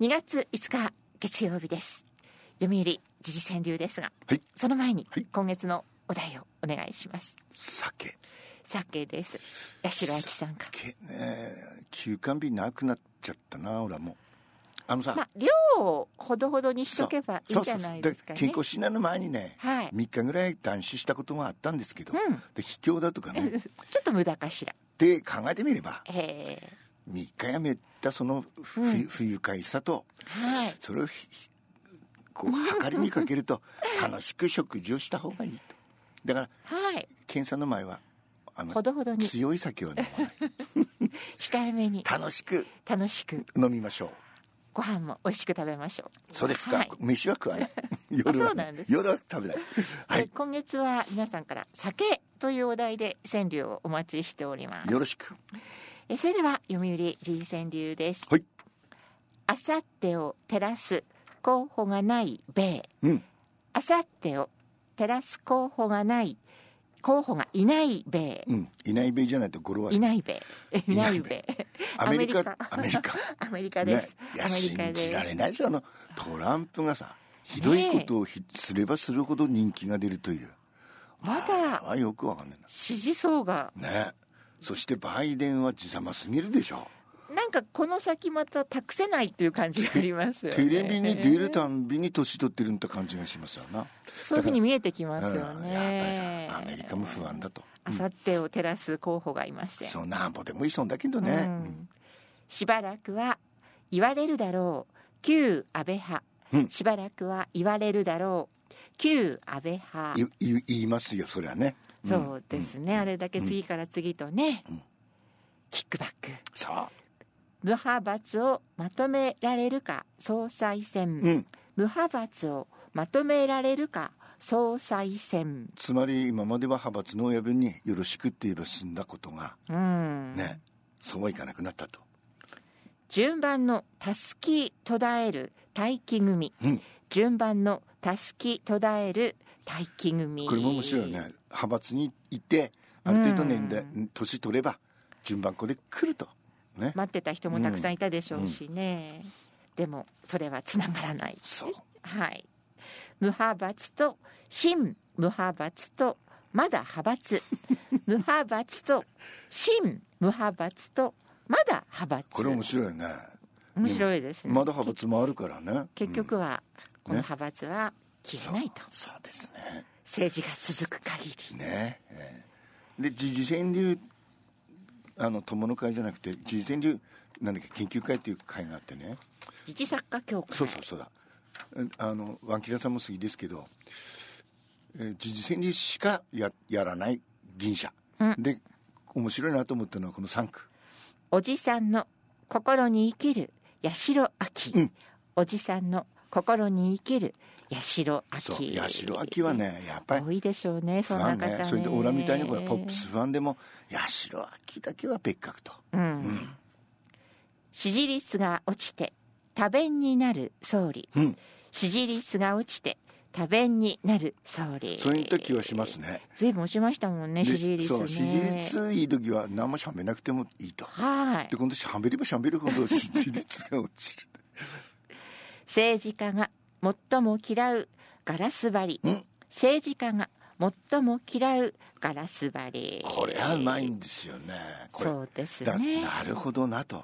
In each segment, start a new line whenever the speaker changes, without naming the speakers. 2月5日月曜日です読売時事川柳ですが、
はい
その前に
はい
今月のお題をお願いします
酒
酒です八代亜紀さんか
けね休館日なくなっちゃったな俺はもうあのさ、
まあ量をほどほどにしとけばいいんじゃないですか
健
ね
康診断の前にね、
はい
3日ぐらい断酒したこともあったんですけど、
うん
で秘境だと かねっ
ちょっと無駄かしら
て考えてみれば
えー
3日やめたそのふ、
うん
不愉快さと
はい
それをひひこう測りにかけると 楽しく食事をした方がいいとだから
はい
検査の前はあの
ほどほどに
強い酒は飲まない
控えめに
楽しく
楽しく
飲みましょう
ご飯も美味しく食べましょう
そうですか、
はい
飯は 食わない夜
そ
は
うなんです
夜は食べないは
で
い
今月は皆さんから酒というお題で川柳をお待ちしております
よろしく
えそれでは読売時事川柳です
はい
あさってを照らす候補がない米
うん
あさってを照らす候補がない候補がいない米
うんいないべじゃないと語呂悪い
いない米えい
い
な
ないい
米
米アメリカ
ア
ア
メリ
メ
カ
リカ
アメリカ です、
ね、いや
アメリカ
信じら
です
れないですよあのトランプがさひどいことをひ、すればするほど人気が出るという
ま
あれ
だ
はよくわかんない
支持層が
なねそしてバイデンは自様すぎるでしょ
なんかこの先また託せないっていう感じがありますよね。
テレビに出るたんびに年取ってるんだ感じがしますよな
そういうふうに見えてきますよ
うん、やっぱり
ね。
さアメリカも不安だと、
あさってを照らす候補がいません。
そうなんぼでもいいそうだけどね、
う
うん
んしばらくは言われるだろう旧安倍派、
うん
しばらくは言われるだろう旧安倍派
いい言いますよそれはね、ん
そうですね、あれだけ次から次とね、キックバック
さあ
無派閥をまとめられるか総裁選、
うん
無派閥をまとめられるか総裁選
つまり今までは派閥の親分によろしくって言えば済んだことが
うん、
ね、そうはいかなくなったと
順番のたすき途絶える待機組、
うん
順番のたすき途絶える待機組
これも面白いよね派閥にいてある程度年代、年取れば順番こで来るとね、
待ってた人もたくさんいたでしょうしね、でもそれはつながらない
そう
はい無派閥と新無派閥とまだ派 閥無派閥と新無派閥とまだ派閥
これ面白いよね
面白いですね
まだ派閥もあるからね
結
うん
局はこの
ね
派閥は消えないと、
そうそうですね
政治が続く限り
ねええで時事川柳あの友の会じゃなくて時事川柳なんだっけ研究会っていう会があってね
自治作家協会
そうそうそうだうんあのワンキラさんも好きですけど、えー時事川柳しかややらない銀社、で面白いなと思ったのはこの3区
おじさんの心に生きる八代亜紀、おじさんの心に生きる八代亜
そう
紀
八代亜紀はねやっぱり
多いでしょうね
不
そんな
安
方
ね
ね
それでオラみたいにこれポップス不安でも八代亜紀だけは別格と
うん支持率が落ちて多弁になる総理、
うん
支持率が落ちて多弁になる総理
そういう時はしますね
随分落ちましたもんね
で
支持率ね
そう支持率いい時は何もしゃべなくてもいいと
はい
で今度しゃべればしゃべるほ ど支持率が落ちる
政治家が最も嫌うガラス張り
ん
政治家が最も嫌うガラス張り
これはうまいんですよねこれ
そうです
だ
ね
なるほどなと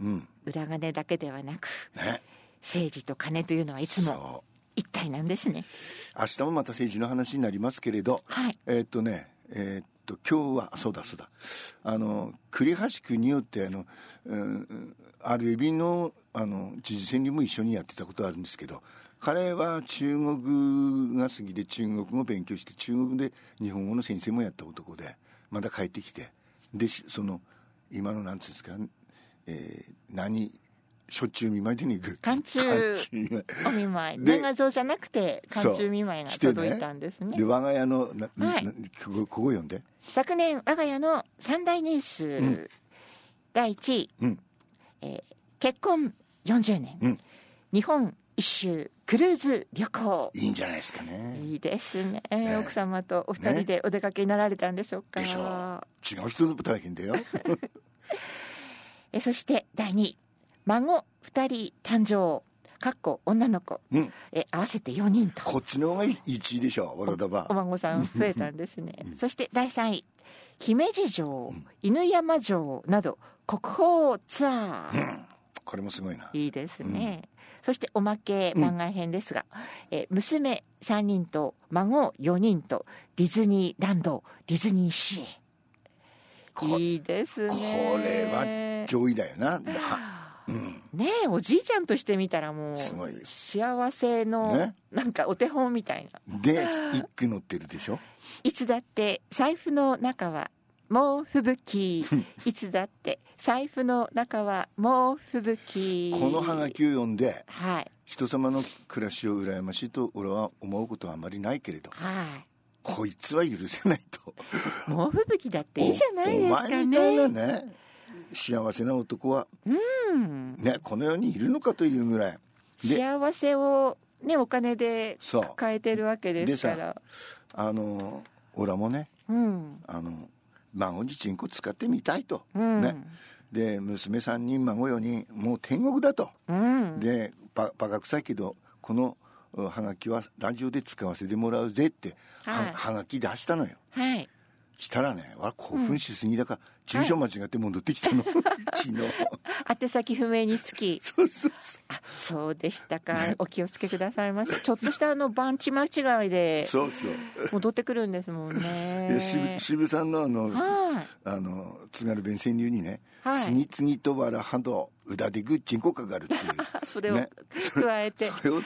うん
裏金だけではなく
ね
政治と金というのはいつも
そう
一体なんですね
明日もまた政治の話になりますけれど、
はい
えーっとねえーっと今日はそうだそうだあの栗橋国夫ってあの、うん、RAB のあの知事選にも一緒にやってたことあるんですけど彼は中国が好きで中国語を勉強して中国で日本語の先生もやった男でまだ帰ってきてでしその今のなんつうんですか、えー何しょっちゅう見舞いでに行く
寒中
寒中見舞い
お見舞い
で
年賀状じゃなくて
そう
寒中見舞いが
来てね
届いたんですね
で我が家のな、
はい
なここここ読んで
昨年我が家の三大ニュース、第一位、
うん
えー結婚40年、
うん
日本一周クルーズ旅行
いいんじゃないですかね
いいですね、
え
奥様とお二人
ね
でお出かけになられたんでしょうか、
でしょ 違う人の大変だよ
えそして第2位孫二人誕生かっこ女の子、
うん
え合わせて4人と
こっちの方が1位でしょうわらだ
お
ば
孫さん増えたんですね。そして第3位姫路城犬山城など国宝ツアー、
これもすごいない
いですね。そしておまけ番外編ですが、え娘3人と孫4人とディズニーランドディズニーシ
こ
ーいいですね。
これは上位だよなは
ねえおじいちゃんとしてみたらもう
すごい
幸せの
ね
なんかお手本みたいな。
でスティック乗ってるでしょ
いつだって財布の中は猛吹 雪いつだって財布の中は猛吹雪
このハガキを読んで
はい
人様の暮らしを羨ましいと俺は思うことはあまりないけれど
は
こいつは許せないと
い猛吹雪だ っていいじゃないです
お
か
前みたいな
ね
ね幸せな男は、
うん
ね、この世にいるのかというぐらいで
幸せをねお金で
そう
抱えてるわけですか
で
ら
あの俺もね
うん
あの孫にチンコ使ってみたいと、
うん
ねで娘3人孫4人もう天国だと、
うん
でババカ臭いけどこのうはがきはラジオで使わせてもらうぜっては,、
はい
はがき出したのよ
はい
したらねわ興奮しすぎだから、住所間違って戻ってきたの、 昨日
宛先不明につき
そうそうそう
あそうでしたかお気をつけくださいませちょっとしたあの番地間違いで
そうそう
戻ってくるんですもんね
いや渋渋さんのあの
はい
あの津軽弁川柳にね「
はい
次々とわらはどうだでぐっちんこかかる」っていう
それを
ね
加え て、
それを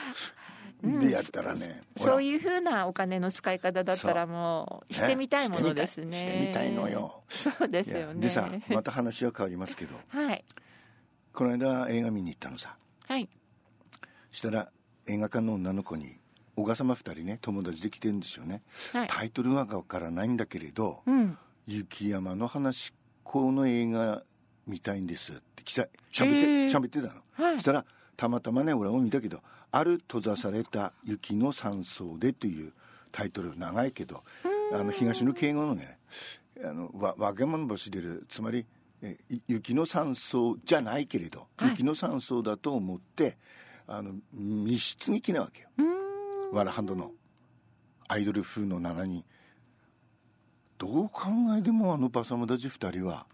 でやったらね、ほら
そういうふうなお金の使い方だったらもうしてみたいものですね。
してみたいしてみたいの。よ
そうですよ
いや
ね。
でさまた話は変わりますけど
はい
この間映画見に行ったのさ
はい
したら映画館の女の子に小笠間二人ね友達で来てるんですよね、
はい
タイトルはわからないんだけれど、
うん。
雪山の話この映画見たいんですって来た喋って
へー
喋ってたの、
はい
そしたらたまたまね俺も見たけど「ある閉ざされた雪の山荘で」というタイトル長いけどあの東の敬語のねあのわわげもの橋出るつまりえい雪の山荘じゃないけれど、雪の山荘だと思ってあの密室劇なわけよワラハンドのアイドル風の7人どう考えてもあのバサムダジ2 人は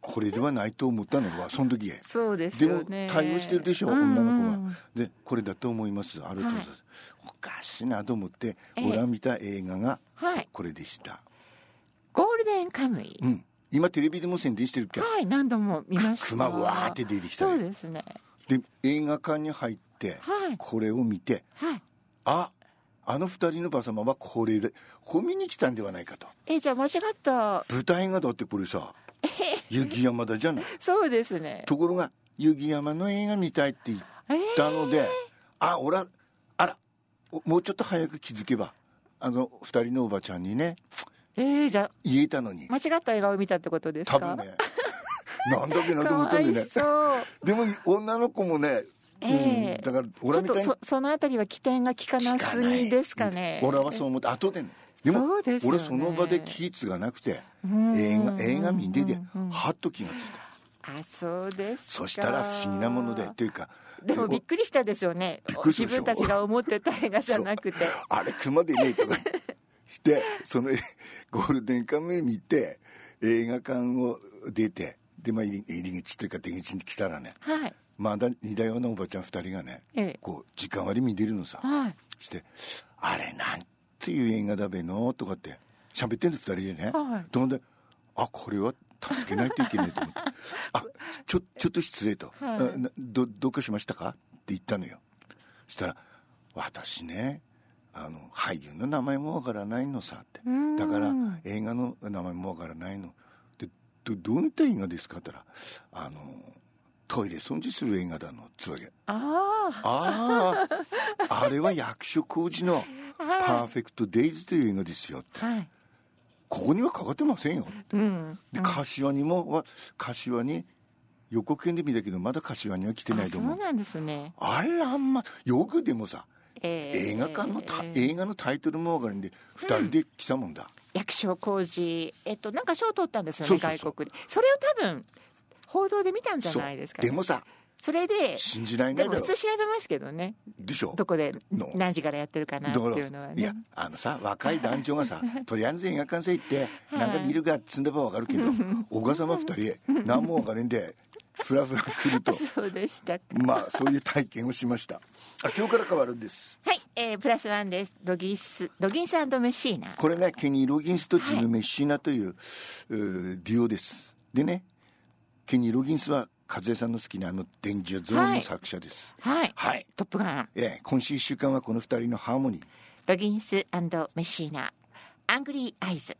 これではないと思ったのよその時へ
そうです
で
よ
も
ね。
対応してるでしょ、
うん
女の
う
子
ん
がでこれだと思いますあると思います、おかしいなと思って
ええ
俺は見た映画が
はい
これでした、
ゴールデンカムイ。
うん今テレビでも宣伝してるっけ
はい何度も見ました。
熊うわーって出てきたよ
そうですね。
で映画館に入って
はい
これを見て
はい。
ああの二人のバサマはこれで褒めに来たんではないかと
えじゃあ間違った。
舞台がだってこれさ雪山だじゃ ない
そうですね。
ところが雪山の映画見たいって言っ
えー
たので、あ俺はあらおもうちょっと早く気づけばあの二人のおばちゃんにね
えーじゃ
言えたのに
あ間違った映画を見たってことですか。
多分ね なんだっけなと
か
思った
わ
ん
い
でね
そう。
でも女の子もね、
ええ
うん、だから
ち
俺
ょ
は
っ
みた
と
いに
そそのあたりは起点が効かなすぎですかね。
俺はそう思って後でねでも
そうですよね
俺その場で気ぃがなくて
ん
映画映画見てて
うんうん
はっと気がついた
あそうですか。
そしたら不思議なものでというか
でも
お
びっくりしたでしょうね
びっ。くりす
自
るでしょ
分たちが思ってた映画じゃなくて。
あれ熊でねえとかして そのえゴールデンカムイ見て映画館を出てで、まあ、入り入り口というか出口に来たらね
はい
まだ似たようなおばちゃん2人がね、
ええ
こう時間割り見てるのさ、
はい。
して「あれなんていう映画だべの」とかって喋ってんの2人でね、
はい
とんで「あこれは助けないといけない」と 思って「あちょちょっと失礼と」
はい
あなどどうかしましたか?」って言ったのよそしたら「私ねあの俳優の名前もわからないのさ」って「だから映画の名前もわからないの」でどどういった映画ですか?」って言ったら「あのトイレ掃除する映画だの」つうわけ。
ああ
あああれは役所広司の「パーフェクト・デイズ」という映画ですよ
はい。
ここにはかかってませんよ
うん。
で柏にもは柏に予告編で見たけどまだ柏には来て
あ
ないと
そ
思
う
う
なんですね。
あれあんまよくでもさ
ええ
映画館のた、
ええ
映画のタイトルも分かるんで2人で来たもんだ、
役所広司えっとなんか賞を取ったんですよ
そ
ね
うそうそう
外国で。それを多分報道で見たんじゃ
そう
ないですかね。
でもさ
それで
信じないね
で
だ
も
ろ
普通調べますけどね
でしょ
どこで
の
何時からやってるかなって
だから
いうのはね
いやあのさ若い男女 がさとりあえず映画館さ行って
い
なんか見るかっつんでばわかる けどお母様二人何もわかねえんでふらふら 来ると
そうでしたか
まあそういう体験をしましたあ今日から変わるんです
はい、えー、プラスワンですロギスロギンスメシーナ
これねケニー・ロギンスとジム・メッシーナという,、うーデュオですでねケニー・ロギンスは和江さんの好きなあの「電磁ゾーン」の作者です、
はい、
はい
トップガン
ええ今週1週間はこの二人のハーモニー
ロギンスメシーナアングリーアイズ